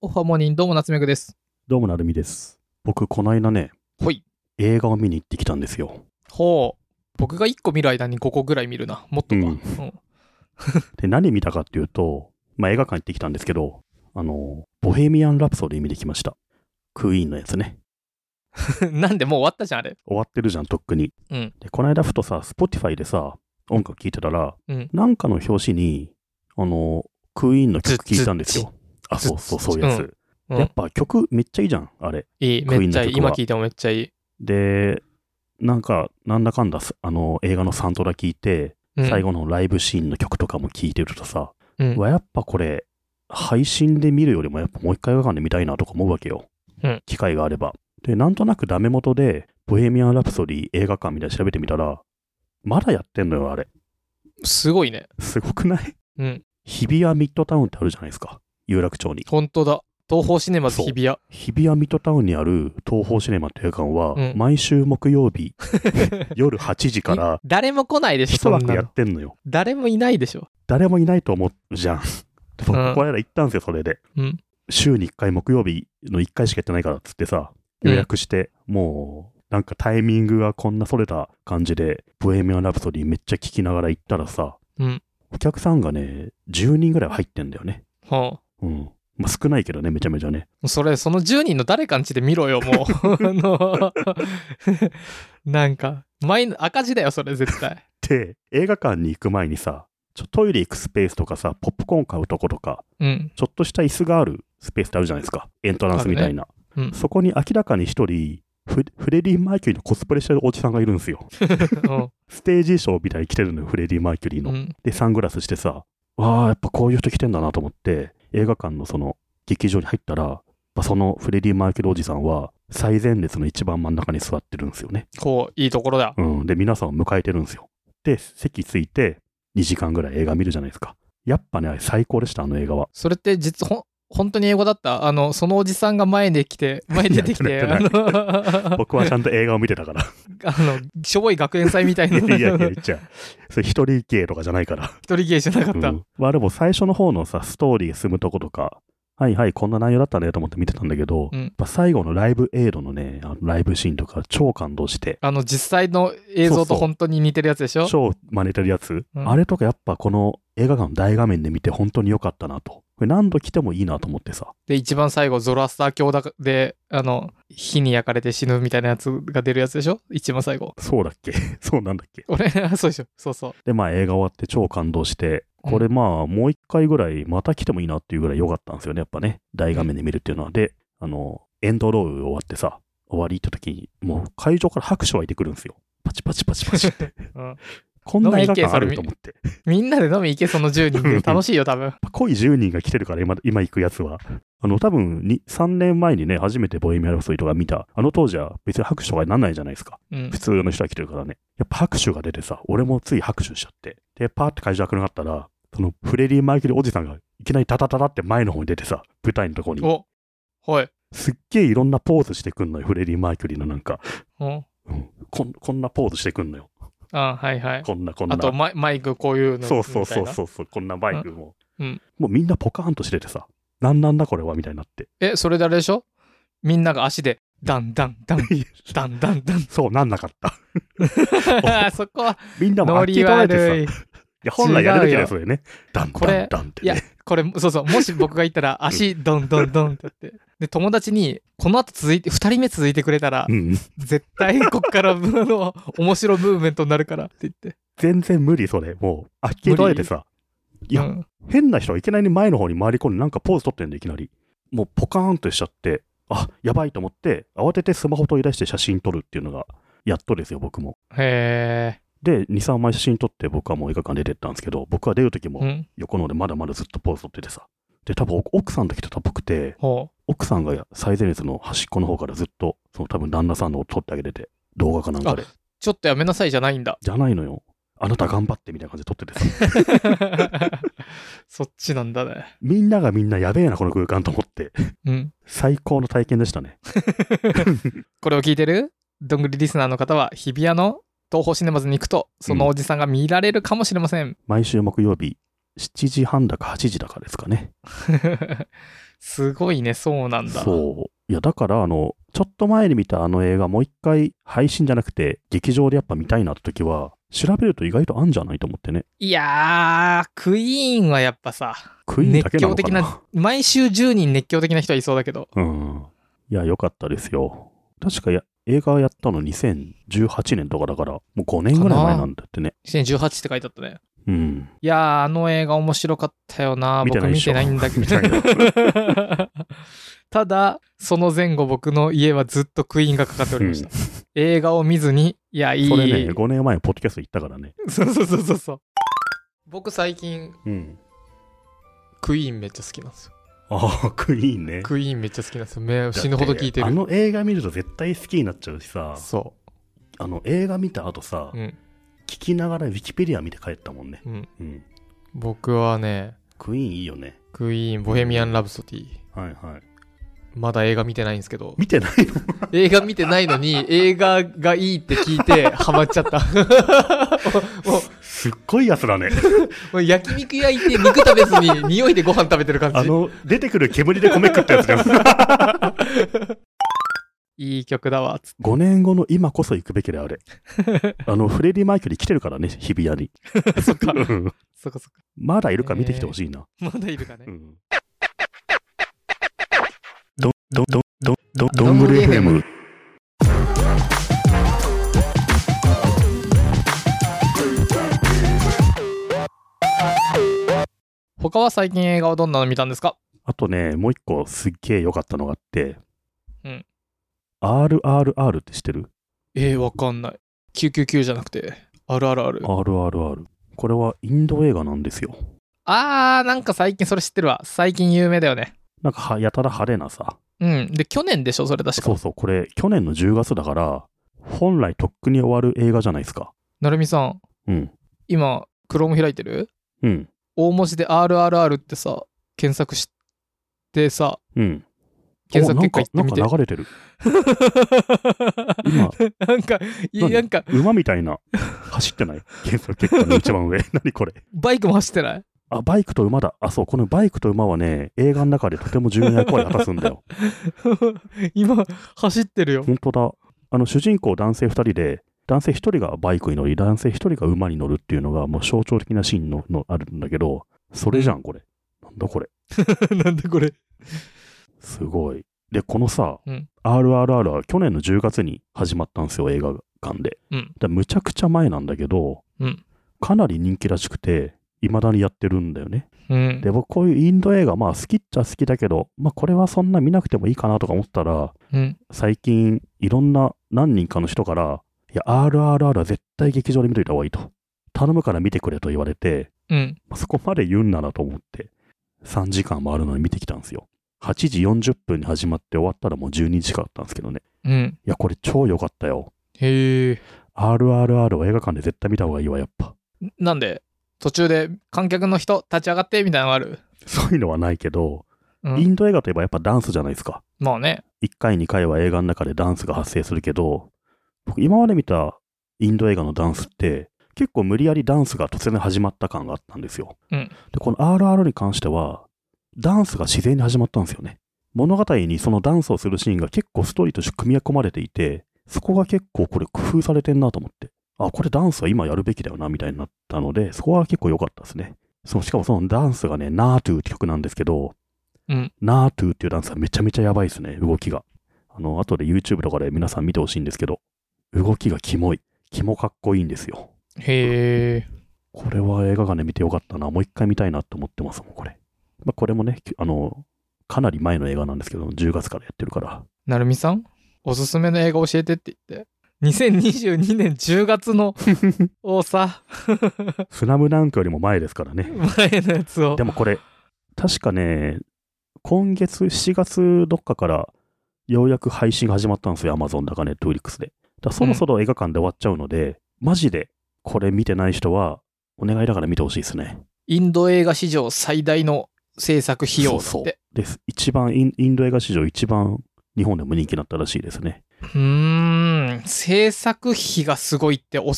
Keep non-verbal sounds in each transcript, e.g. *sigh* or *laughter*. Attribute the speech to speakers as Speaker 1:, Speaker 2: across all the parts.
Speaker 1: おはモニンどうも夏目くです。
Speaker 2: どうもなるみです。僕、この間ね、
Speaker 1: ほい。
Speaker 2: 映画を見に行ってきたんですよ。
Speaker 1: ほう。僕が1個見る間に5個ぐらい見るな。もっとか。
Speaker 2: うん
Speaker 1: うん
Speaker 2: で、何見たかっていうと、まあ、映画館行ってきたんですけど、あの、ボヘミアン・ラプソディ見てきました。クイーンのやつね。
Speaker 1: なんで *laughs* もう終わったじゃん、あれ。
Speaker 2: 終わってるじゃん、とっくに。
Speaker 1: うん
Speaker 2: で、この間ふとさ、Spotify でさ、音楽聴いてたら、
Speaker 1: うん
Speaker 2: なんかの表紙に、あの、クイーンの曲聴いたんですよ。あ、
Speaker 1: ず
Speaker 2: そうそう、そういうやつ。
Speaker 1: うん
Speaker 2: でやっぱ曲めっちゃいいじゃん、あれ。
Speaker 1: いい、
Speaker 2: クイーンの
Speaker 1: めっちゃいい。
Speaker 2: 曲
Speaker 1: 今
Speaker 2: は
Speaker 1: 聞いてもめっちゃいい。
Speaker 2: で、なんか、なんだかんだす、あの、映画のサントラ聴いて、
Speaker 1: うん
Speaker 2: 最後のライブシーンの曲とかも聴いてるとさ、
Speaker 1: うん
Speaker 2: わやっぱこれ、配信で見るよりもやっぱもう一回映画館で見たいなとか思うわけよ。
Speaker 1: うん
Speaker 2: 機会があれば。で、なんとなくダメ元で、ボヘミアン・ラプソディ映画館みたいなの調べてみたら、まだやってんのよ、あれ。
Speaker 1: すごいね。
Speaker 2: すごくない
Speaker 1: うん。
Speaker 2: 日比谷ミッドタウンってあるじゃないですか。有楽町に。
Speaker 1: 本当だ。東方シネマズ
Speaker 2: そう
Speaker 1: 日比谷。
Speaker 2: 日比谷ミッドタウンにある東宝シネマって映画館は、
Speaker 1: うん
Speaker 2: 毎週木曜日夜8時から
Speaker 1: *laughs* 誰も来 *laughs* ないでしょ、
Speaker 2: 一
Speaker 1: そん
Speaker 2: 枠
Speaker 1: な
Speaker 2: や
Speaker 1: の。
Speaker 2: ってんのよ。
Speaker 1: 誰もいないでしょ。
Speaker 2: 誰もいないと思う
Speaker 1: *laughs*
Speaker 2: じゃん。で僕
Speaker 1: うん
Speaker 2: この間行ったんですよ、それで。
Speaker 1: うん
Speaker 2: 週に1回、木曜日の1回しかやってないからっつってさ、予約して、もう、なんかタイミングがこんなそれた感じで、ボヘミアン・ラプソディめっちゃ聴きながら行ったらさ、
Speaker 1: うん
Speaker 2: お客さんがね、10人ぐらい入ってんだよね。
Speaker 1: は
Speaker 2: うん。まあ、少ないけどね、めちゃめちゃね。
Speaker 1: あ、それ、その10人の誰かんちで見ろよ、 *laughs* もう。あのなんか、マイナ赤字だよ、それ、絶対。
Speaker 2: で、映画館に行く前にさ、ちょトイレ行くスペースとかさ、ポップコーン買うとことか、
Speaker 1: うん。
Speaker 2: ちょっとした椅子があるスペースってあるじゃないですか。エントランスみたいな。
Speaker 1: あるねうん
Speaker 2: そこに明らかに一人フ、フレディ・マーキュリーのコスプレしてるおじさんがいるんですよ。
Speaker 1: うん
Speaker 2: ステージ衣装みたいに着てるのよ、フレディ・マーキュリーの。
Speaker 1: うん。
Speaker 2: で、サングラスしてさ、わあ、やっぱこういう人着てんだなと思って、映画館のその劇場に入ったら、やっぱそのフレディ・マーキュリーおじさんは最前列の一番真ん中に座ってるんですよね。
Speaker 1: こう、いいところだ。
Speaker 2: うん。で、皆さんを迎えてるんですよ。で、席ついて2時間ぐらい映画見るじゃないですか。やっぱね、あれ最高でした、あの映画は。
Speaker 1: それって実ほん本当に英語だったあのそのおじさんが前で来て前に出てき
Speaker 2: い
Speaker 1: て
Speaker 2: やや
Speaker 1: あ
Speaker 2: って
Speaker 1: の
Speaker 2: 僕はちゃんと映画を見てたから。
Speaker 1: *laughs* あのしょぼい学園祭みたいない
Speaker 2: やいやいや、
Speaker 1: 一
Speaker 2: 言っちゃう。それ一人系とかじゃないから。
Speaker 1: 人芸じゃなかった、
Speaker 2: うんまあでも最初の方のさ、ストーリー進むとことか、はいはい、こんな内容だったねと思って見てたんだけど、
Speaker 1: うん
Speaker 2: やっぱ最後のライブエイドのね、あのライブシーンとか超感動して、
Speaker 1: あの実際の映像
Speaker 2: そうそ
Speaker 1: と
Speaker 2: う
Speaker 1: 本当に似てるやつでしょ
Speaker 2: 超真似てるやつ、
Speaker 1: うん
Speaker 2: あれとかやっぱこの映画館の大画面で見て本当に良かったなと。これ何度来てもいいなと思ってさ。
Speaker 1: で一番最後ゾロアスター教だであの火に焼かれて死ぬみたいなやつが出るやつでしょ一番最後
Speaker 2: そうだっけ *laughs* そうなんだっけ
Speaker 1: 俺 *laughs* そうでしょそうそう
Speaker 2: で、まあ映画終わって超感動して、これまあもう一回ぐらいまた来てもいいなっていうぐらい良かったんですよね、やっぱね。大画面で見るっていうのは。で、あの、エンドロール終わってさ、終わりって時に、もう会場から拍手湧いてくるんですよ。パチパチパチパチって。
Speaker 1: *laughs* うん
Speaker 2: こんな映画館あると思って。やっ
Speaker 1: みんなで飲み行けその10人で楽しいよ多分
Speaker 2: ぱ濃い10人が来てるから今、今行くやつは。あの、多分に3年前にね、初めてボイミアラプソディとか見た、あの当時は別に拍手とかになんないじゃないですか。 *laughs*
Speaker 1: うん
Speaker 2: 普通の人が来てるからね。やっぱ拍手が出てさ、俺もつい拍手しちゃって。で、パーって会場暗くなったら、そのフレディ・マイケルおじさんがいきなりタタタタって前の方に出てさ、舞台のとこに。
Speaker 1: おはい、
Speaker 2: すっげえいろんなポーズしてくんのよ、フレディ・マーキュリーのなんか。
Speaker 1: うん、
Speaker 2: こんこんなポーズしてくんのよ。
Speaker 1: あはいはい
Speaker 2: こんなこんな。
Speaker 1: あとマイマイクこういうのみたい
Speaker 2: そ
Speaker 1: な
Speaker 2: うそうそうそうそう、こんなバイクも。
Speaker 1: うん
Speaker 2: もうみんなポカーンとしててさ、なんなんだこれはみたいにな
Speaker 1: *laughs*
Speaker 2: って。
Speaker 1: え、それであれでしょみんなが足で、ダンダンダン、ダンダンダ
Speaker 2: そう、なんなかった。
Speaker 1: ン。 *laughs* そこは、
Speaker 2: みんなも
Speaker 1: ノ
Speaker 2: 飽き
Speaker 1: リ
Speaker 2: 取られてさ、
Speaker 1: 悪
Speaker 2: い
Speaker 1: い。
Speaker 2: や本来やるべき
Speaker 1: 違うよ
Speaker 2: だよ、それね。ダン
Speaker 1: こ
Speaker 2: ダ
Speaker 1: れ
Speaker 2: ンダンって
Speaker 1: いや
Speaker 2: ね。、
Speaker 1: これ、そうそう、もし僕が言ったら、足、ドンドンドンってやって。で、友達に、この後続いて、2人目続いてくれたら
Speaker 2: う、ん。
Speaker 1: 絶対こっから、あの、面白ムーブメントになるからって言って。
Speaker 2: 全然無理それもうあっけられてさいや、
Speaker 1: うん
Speaker 2: 変な人がいきなり前の方に回り込んでなんかポーズ取ってんでいきなりもうポカーンとしちゃってあやばいと思って慌ててスマホ取り出して写真撮るっていうのがやっとですよ僕も
Speaker 1: へ
Speaker 2: で23枚写真撮って僕はもう映画館出てったんですけど僕は出る時
Speaker 1: え。う
Speaker 2: も
Speaker 1: ん。
Speaker 2: 横の方でまだまだずっとポーズ取っててさで多分奥さんと来てたっぽくて
Speaker 1: ほ
Speaker 2: 奥さんが最前列の端っこの方からずっとその多分旦那さんのを撮ってあげてて動画かなんかで
Speaker 1: う。ちょっとやめなさいじゃないんだ。 *laughs*
Speaker 2: じゃないのよあなた頑張ってみたいな感じで撮っててさ
Speaker 1: そっちなんだね。
Speaker 2: みんながみんなやべえな、この空間と思って。
Speaker 1: うん。
Speaker 2: 最高の体験でしたね。
Speaker 1: これを聞いてるどんぐりリスナーの方は日比谷の東宝シネマズに行くとそのおじさんが見られるかもしれません、 *laughs*
Speaker 2: 毎週木曜日、7時半だか8時だかですかね。
Speaker 1: すごいね、そうなんだ。
Speaker 2: そう。いや、だから、あの、ちょっと前に見たあの映画、もう一回配信じゃなくて、劇場でやっぱ見たいなって時は、調べると意外とあんじゃないと思ってね。
Speaker 1: いやー、クイーンはやっぱさ、
Speaker 2: クイーンだけなのかな。
Speaker 1: 熱狂毎週10人熱狂的な人はいそうだけど、
Speaker 2: うん。いや、良かったですよ。確かや、映画やったの2018年とかだから、もう5年ぐらい前なんだってね。
Speaker 1: 2018って書いてあったね。
Speaker 2: うん。
Speaker 1: いやー、あの映画面白かったよな。
Speaker 2: 見て
Speaker 1: 僕
Speaker 2: ないで
Speaker 1: 見
Speaker 2: しょ
Speaker 1: てないんだけ
Speaker 2: 見てない
Speaker 1: ど。 *laughs* ただ、その前後僕の家はずっとクイーンがかかっておりました。映画を見ずに、いや、いい。
Speaker 2: それね、5年前、ポッドキャスト行ったからね。
Speaker 1: そうそうそうそうそう。僕最近、
Speaker 2: うん。
Speaker 1: クイーンめっちゃ好きなんですよ。
Speaker 2: ああ、クイーンね。
Speaker 1: クイーンめっちゃ好きなんですよ。め死ぬほど聞いて
Speaker 2: だっあ
Speaker 1: る。
Speaker 2: の映画見ると絶対好きになっちゃうしさ、
Speaker 1: そ
Speaker 2: あの映画見た後さ、
Speaker 1: う。うん。
Speaker 2: 聞きながらウィキペディア見て帰ったもんね。
Speaker 1: うん。
Speaker 2: うん。
Speaker 1: 僕はね、
Speaker 2: クイーンいいよね。
Speaker 1: クイーン、ボヘミアン・ラブソディ。
Speaker 2: はいはい。
Speaker 1: まだ映画見てないんですけど、
Speaker 2: 見てない
Speaker 1: *laughs*
Speaker 2: の
Speaker 1: 映画見てないのに映画がいいって聞いてハマっちゃった。もう
Speaker 2: すっごいやつだ
Speaker 1: *laughs*
Speaker 2: ね。
Speaker 1: もう焼肉焼いて肉食べずに匂いでご飯食べてる感じ
Speaker 2: あの、出てくる煙で米食ったやつだよ。
Speaker 1: *laughs* いい曲だわつっ
Speaker 2: 5年後の今こそ行くべきだ
Speaker 1: *laughs*
Speaker 2: よ、あれ。あの、フレディ・マイケル来てるからね、日比谷に。
Speaker 1: *laughs* てそっか
Speaker 2: うん
Speaker 1: そっかそっか
Speaker 2: まだいるか見てきてほしいな。
Speaker 1: まだいるかね
Speaker 2: うんど、ど、ど、ど、ど、どんぐり FM。
Speaker 1: 他は最近映画をどんなの見たんですか
Speaker 2: あとね、もう一個すっげえ良かったのがあって、
Speaker 1: うん。
Speaker 2: RRR って知ってる
Speaker 1: えー、わかんない999じゃなくてあるあるある
Speaker 2: ?RRR。これはインド映画なんですよ。
Speaker 1: あーなんか最近それ知ってるわ最近有名だよね
Speaker 2: なんかは、やたら派手なさ。
Speaker 1: うんで去年でしょそれ確
Speaker 2: そ
Speaker 1: か
Speaker 2: うそう、これ、去年の10月だから、本来とっくに終わる映画じゃないですか。
Speaker 1: なるみさん
Speaker 2: うん。
Speaker 1: 今クローム開いてる
Speaker 2: うん。
Speaker 1: 大文字で RRR ってさ検索してさ
Speaker 2: うん。
Speaker 1: 検索
Speaker 2: おな
Speaker 1: 結
Speaker 2: ん
Speaker 1: 果
Speaker 2: か
Speaker 1: 行っ、て
Speaker 2: な
Speaker 1: みて
Speaker 2: んか流れてる。今、
Speaker 1: *laughs* なんかい
Speaker 2: 何
Speaker 1: なんか
Speaker 2: 馬みたいな、走ってない検索結果の一番上。 *laughs* 何これ。
Speaker 1: バイクも走ってない *laughs*
Speaker 2: あ、バイクと馬だ。あ、そう、このバイクと馬はね、映画の中でとても重要な役割を果たすんだよ。
Speaker 1: 今走ってるよ
Speaker 2: 本当だ。あの、主人公男性2人で、男性1人がバイクに乗り、男性1人が馬に乗るっていうのが、もう象徴的なシーンののあるんだけど、それじゃん、これ。なんだこれ。
Speaker 1: *laughs* なんだこれ
Speaker 2: すごい。で、このさ、
Speaker 1: うん
Speaker 2: RRR は去年の10月に始まったんですよ、映画館で。
Speaker 1: うん
Speaker 2: だむちゃくちゃ前なんだけど、
Speaker 1: うん
Speaker 2: かなり人気らしくて、未だにやってるんだよね。
Speaker 1: うん
Speaker 2: で、僕、こういうインド映画、まあ、好きっちゃ好きだけど、まあ、これはそんな見なくてもいいかなとか思ったら、
Speaker 1: うん
Speaker 2: 最近、いろんな何人かの人から、いや、RRR は絶対劇場で見といた方がいいと。頼むから見てくれと言われて、
Speaker 1: うん
Speaker 2: まあそこまで言うんならと思って、3時間もあるのに見てきたんですよ。8時40分に始まって終わったらもう12時間あったんですけどね。
Speaker 1: うん
Speaker 2: いや、これ超良かったよ。
Speaker 1: へえ
Speaker 2: RRR を映画館で絶対見た方がいいわ、やっぱ。
Speaker 1: なんで途中で観客の人立ち上がってみたいなのがある、
Speaker 2: そういうのはないけど、
Speaker 1: う
Speaker 2: イ
Speaker 1: ん、
Speaker 2: ンド映画といえばやっぱダンスじゃないですか。
Speaker 1: まあね
Speaker 2: 1回、2回は映画の中でダンスが発生するけど、僕今まで見たインド映画のダンスって、結構無理やりダンスが突然始まった感があったんですよ。
Speaker 1: うん
Speaker 2: で、この RR に関しては、ダンスが自然に始まったんですよね。物語にそのダンスをするシーンが結構ストーリーとして組み込まれていて、そこが結構これ工夫されてんなと思って、あ、これダンスは今やるべきだよな、みたいになったので、そこは結構良かったですね。そう、しかもそのダンスがね、ナートゥーって曲なんですけど、
Speaker 1: うん
Speaker 2: ナートゥーっていうダンスはめちゃめちゃやばいですね、動きが。あの、後で YouTube とかで皆さん見てほしいんですけど、動きがキモい。キモかっこいいんですよ。
Speaker 1: へえ
Speaker 2: これは映画館で見てよかったな。もう一回見たいなと思ってますもん、これ。まあ、これもね、きあの、かなり前の映画なんですけど、10月からやってるから。
Speaker 1: なるみさんおすすめの映画教えてって言って2022年10月の *laughs* をさ
Speaker 2: スラムダンクよりも前ですからね。
Speaker 1: 前のやつを
Speaker 2: でもこれ、確かね、今月、7月どっかから、ようやく配信が始まったんですよ、Amazon だか Netflix で。だからそろそろ映画館で終わっちゃうので、マジで、これ見てない人は、お願いだから見てほしいですね。
Speaker 1: インド映画史上最大の制作費用だって
Speaker 2: そう
Speaker 1: う
Speaker 2: そうです。一番イン、インド映画史上一番、日本でも人気だったらしいですね。
Speaker 1: ーん制作費がすごいって推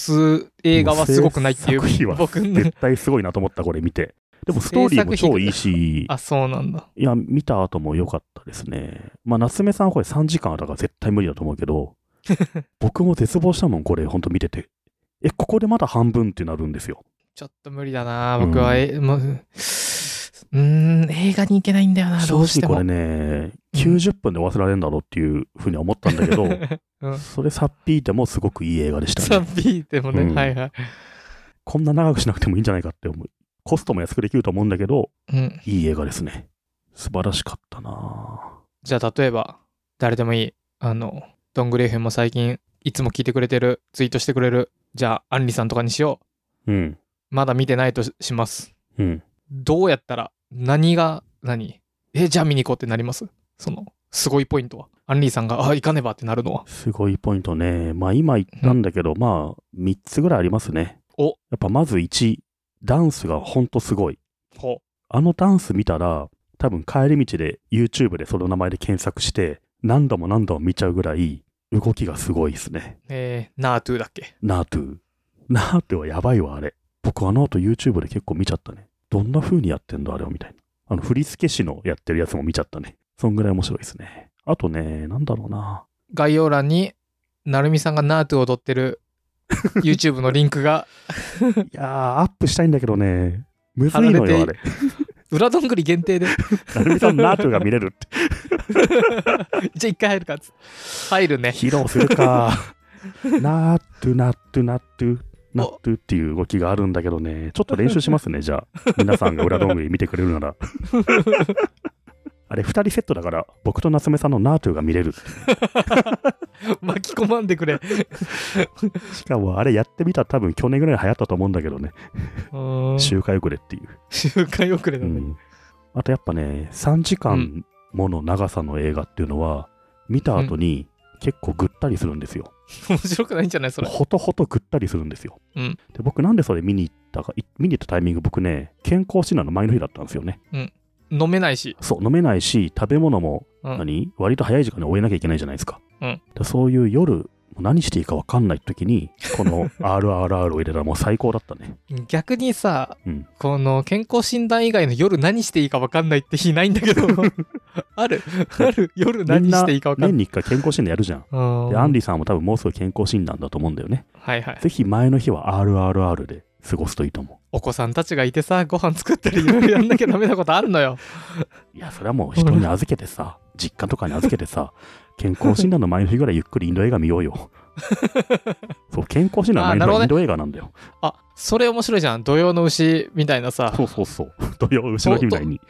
Speaker 1: す映画はすごくないっていう
Speaker 2: もう制作費は
Speaker 1: 僕の
Speaker 2: 絶対すごいなと思った、これ見て。でもストーリーも超いいし、
Speaker 1: あ、そうなんだ。
Speaker 2: いや、見た後も良かったですね。まあ、夏目さんはこれ3時間あったから絶対無理だと思うけ
Speaker 1: *laughs*
Speaker 2: ど、僕も絶望したもん、これ、ほんと見てて。え、ここでまだ半分ってなるんですよ。
Speaker 1: ちょっと無理だな僕は、え、もう、うーん、映画に行けないんだよなど
Speaker 2: 正
Speaker 1: うして
Speaker 2: 直
Speaker 1: も。
Speaker 2: これね、90分で終わせられるんだろうっていうふうに思ったんだ
Speaker 1: *laughs*
Speaker 2: けど、
Speaker 1: うん。
Speaker 2: それさっぴいてもすごくいい映画でした
Speaker 1: サ
Speaker 2: ね。
Speaker 1: ビでもね、
Speaker 2: うん
Speaker 1: はいはい。
Speaker 2: こんな長くしなくてもいいんじゃないかって思う。コストも安くできると思うんだけど、
Speaker 1: うん。
Speaker 2: いい映画ですね。素晴らしかったな
Speaker 1: じゃあ、例えば、誰でもいい、あの、ドングレーフェンも最近、いつも聞いてくれてる、ツイートしてくれる、じゃあ、アンリさんとかにしよ
Speaker 2: うん。
Speaker 1: う。まだ見てないとしします。
Speaker 2: うん。
Speaker 1: どうやったら、何が何、え、じゃあ見に行こうってなりますその、すごいポイントは。アンリさんが、あ、行かねばってなるのは。
Speaker 2: すごいポイントね。まあ今言ったんだけど、まあ3つぐらいありますね。
Speaker 1: お
Speaker 2: やっぱまず1、ダンスがほんとすごい。
Speaker 1: ほ
Speaker 2: あのダンス見たら、多分帰り道で YouTube でその名前で検索して、何度も何度も見ちゃうぐらい、動きがすごいですね
Speaker 1: う。。えー、ナートゥーだっけ
Speaker 2: ナートゥー。ナートゥーはやばいわ、あれ。僕あの後 YouTube で結構見ちゃったね。どんな風にやってんだ、あれをみたいな。あの、振付師のやってるやつも見ちゃったね。そんぐらい面白いですね。あとね、なんだろうな。
Speaker 1: 概要欄に、なるみさんがナートゥを踊ってる YouTube のリンクが、
Speaker 2: いやー、アップしたいんだけどね。むずいのよ、
Speaker 1: 離
Speaker 2: あ
Speaker 1: れ
Speaker 2: れ。
Speaker 1: *laughs* 裏どんぐり限定で、
Speaker 2: なるみさんのナートゥーが見れるって。
Speaker 1: *laughs* じゃあ一回入るかっつって入るね。
Speaker 2: 披露するか。ナートゥ、ナートゥ、ナートゥ。ナートゥっていう動きがあるんだけどね、ちょっと練習しますね、じゃあ。皆さんが裏どんぐり見てくれるなら。あれ、2人セットだから、僕と夏目さんのナートゥが見れる。
Speaker 1: *laughs* 巻き込まんでくれ。う
Speaker 2: しかもあれやってみたら多分去年ぐらい流行ったと思うんだけどね、
Speaker 1: ーん
Speaker 2: 周回遅れっていう、
Speaker 1: *laughs* 周回遅れだ
Speaker 2: う
Speaker 1: ね。
Speaker 2: んあとやっぱね3時
Speaker 1: う
Speaker 2: 間もの長さの映画っていうのは見た後に結構ぐったりするんですよ、
Speaker 1: 面白くないんじゃないそれ。
Speaker 2: ほとほとぐったりするんですよ、
Speaker 1: うん
Speaker 2: で僕なんでそれ見に行ったかい見に行ったタイミング僕ね健康診断の前の日だったんですよね
Speaker 1: 飲めないし。
Speaker 2: そう飲めないし食べ物も
Speaker 1: うん
Speaker 2: 何割と早い時間に終えなきゃいけないじゃないですか、
Speaker 1: うん
Speaker 2: でそういう夜何していいか分かんない時に
Speaker 1: *laughs*
Speaker 2: この RRR を入れたらもう最高だったね
Speaker 1: 逆にさ、
Speaker 2: うん
Speaker 1: この健康診断以外の夜何していいか分かんないって日ないんだ
Speaker 2: *laughs*
Speaker 1: けどあるある夜何していいか分かん
Speaker 2: 年
Speaker 1: ない
Speaker 2: に1回健康診断やるじゃん。
Speaker 1: うん
Speaker 2: で、アンディさんも多分もうすぐ健康診断だと思うんだよね。
Speaker 1: はいはい
Speaker 2: ぜひ前の日は RRR で過ごすといいと思
Speaker 1: お子さんたちがいてさご飯作ったりいろいろやんなきゃダメなことあんのよ
Speaker 2: う。いや、それはもう人に預けてさ、実家とかに預けて
Speaker 1: *laughs*
Speaker 2: さ、健康診断の前の日ぐらいゆっくりインド映画見ようよ。そう、健康診断の前の日はインド映画なんだよ。
Speaker 1: あそれ面白いじゃん土曜の牛みたいなさ
Speaker 2: そうそうそう。土曜、後ろ日みたいに。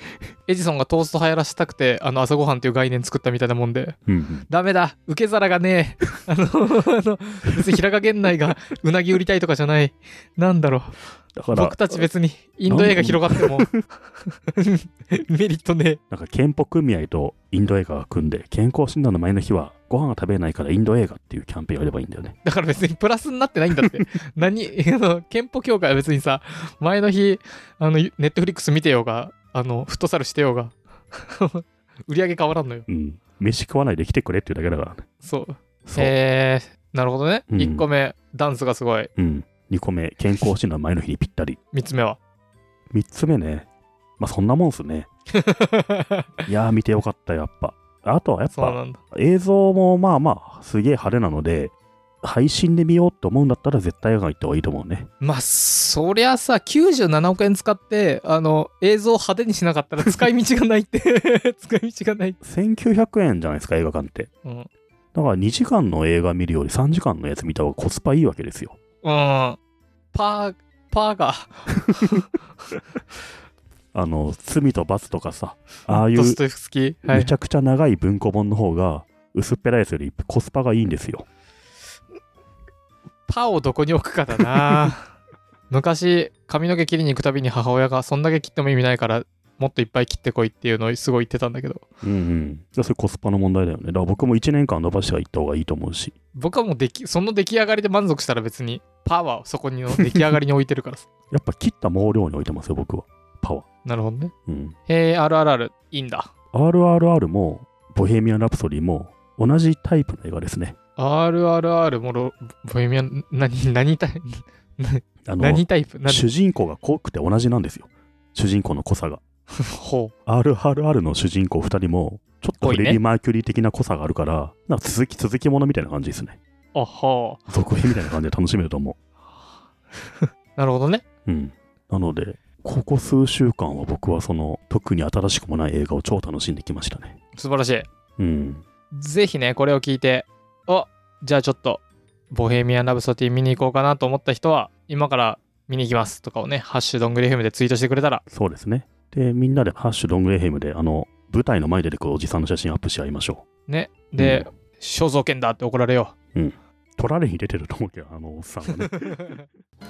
Speaker 1: エジソンがトースト流行らせたくてあの朝ごはんっていう概念作ったみたいなもんで
Speaker 2: うんうん
Speaker 1: ダメだ受け皿がねえ *laughs* あのあの別に平賀源内がうなぎ売りたいとかじゃないなんだろう
Speaker 2: だから、
Speaker 1: 僕たち別にインド映画広がっても *laughs* メリットね
Speaker 2: なんか健保組合とインド映画が組んで、健康診断の前の日はご飯が食べれないからインド映画っていうキャンペーンやればいいんだよね。
Speaker 1: だから別にプラスになってないんだって何 *laughs* あの憲法協会は別にさ前の日あのネットフリックス見てようがあのフットサルしてようが *laughs* 売り上げ変わらんのよ
Speaker 2: うん。飯食わないで来てくれっていうだけだからね。
Speaker 1: そう
Speaker 2: そう。
Speaker 1: へえなるほどね、
Speaker 2: うん
Speaker 1: 1個目ダンスがすごい
Speaker 2: うん。2個目、健康診断前の日にぴったり。
Speaker 1: 3つ目
Speaker 2: *laughs*
Speaker 1: は
Speaker 2: 3つ目ね、まあそんなもんっすね。いやー、見てよかったよ、やっぱ。あとはやっ
Speaker 1: そう
Speaker 2: ぱ、
Speaker 1: なんだ
Speaker 2: 映像もまあまあ、すげえ派手なので、配信で見ようと思うんだったら絶対映画行った方がいいと思うね。
Speaker 1: まあそりゃさ97億円使ってあの映像を派手にしなか *laughs* ったら使い道がないって使い道がない、
Speaker 2: 1900円じゃないですか、映画館って。
Speaker 1: うん、
Speaker 2: だから2時間の映画見るより3時間のやつ見た方がコスパいいわけですよ。
Speaker 1: うん。パー、パーが、
Speaker 2: あの、罪と罰とかさ、ああいう
Speaker 1: ドストエフスキー。は
Speaker 2: め
Speaker 1: い
Speaker 2: ち。ゃくちゃ長い文庫本の方が、薄っぺらいやつよりコスパがいいんですよ。
Speaker 1: パーをどこに置くかだ
Speaker 2: *laughs*
Speaker 1: な。昔、髪の毛切りに行くたびに母親が、そんだけ切っても意味ないから、もっといっぱい切ってこいっていうのをすごい言ってたんだけど、
Speaker 2: うんうん。それコスパの問題だよね。だから僕も1年間伸ばしてはいった方がいいと思うし。
Speaker 1: 僕はもうでき、その出来上がりで満足したら別に、パーはそこにの出来上がりに置いてるからさ。
Speaker 2: やっぱ切った毛量に置いてますよ、僕は。パワー。
Speaker 1: *laughs* なるほどね。
Speaker 2: うん。
Speaker 1: へえ、RRR、いいんだ。
Speaker 2: RRR も、ボヘミアン・ラプソディも、同じタイプの映画ですね。
Speaker 1: RRR もロ、ボヘミアン、何、何タイプ、
Speaker 2: あの、
Speaker 1: 何タイプ何
Speaker 2: 主人公が濃くて同じなんですよ。主人公の濃さが。
Speaker 1: ほ
Speaker 2: RRR の主人公2人も、ちょっと
Speaker 1: 濃
Speaker 2: フ
Speaker 1: いね
Speaker 2: レディ・マーキュリー的な濃さがあるから、なんか続き続きものみたいな感じです
Speaker 1: *laughs*
Speaker 2: ね。
Speaker 1: う。あは
Speaker 2: 続編みたいな感じで楽しめると思
Speaker 1: あ。なるほどね。
Speaker 2: う。うん。なので、ここ数週間は僕はその、特に新しくもない映画を超楽しんできましたね。
Speaker 1: 素晴らしい。
Speaker 2: うん。
Speaker 1: ぜひね、これを聞いて、あじゃあちょっと、ボヘミアン・ラブソティ見に行こうかなと思った人は、今から見に行きますとかをね、ハッシュドングリフムでツイートしてくれたら、
Speaker 2: そうですね。で、みんなで、ハッシュドングレヘムで、あの、舞台の前に出てくるおじさんの写真アップし合いましょ
Speaker 1: ね、で、肖像権だって怒られよ
Speaker 2: う。撮られに出てると思うけど、あのおっさんはね。
Speaker 1: う。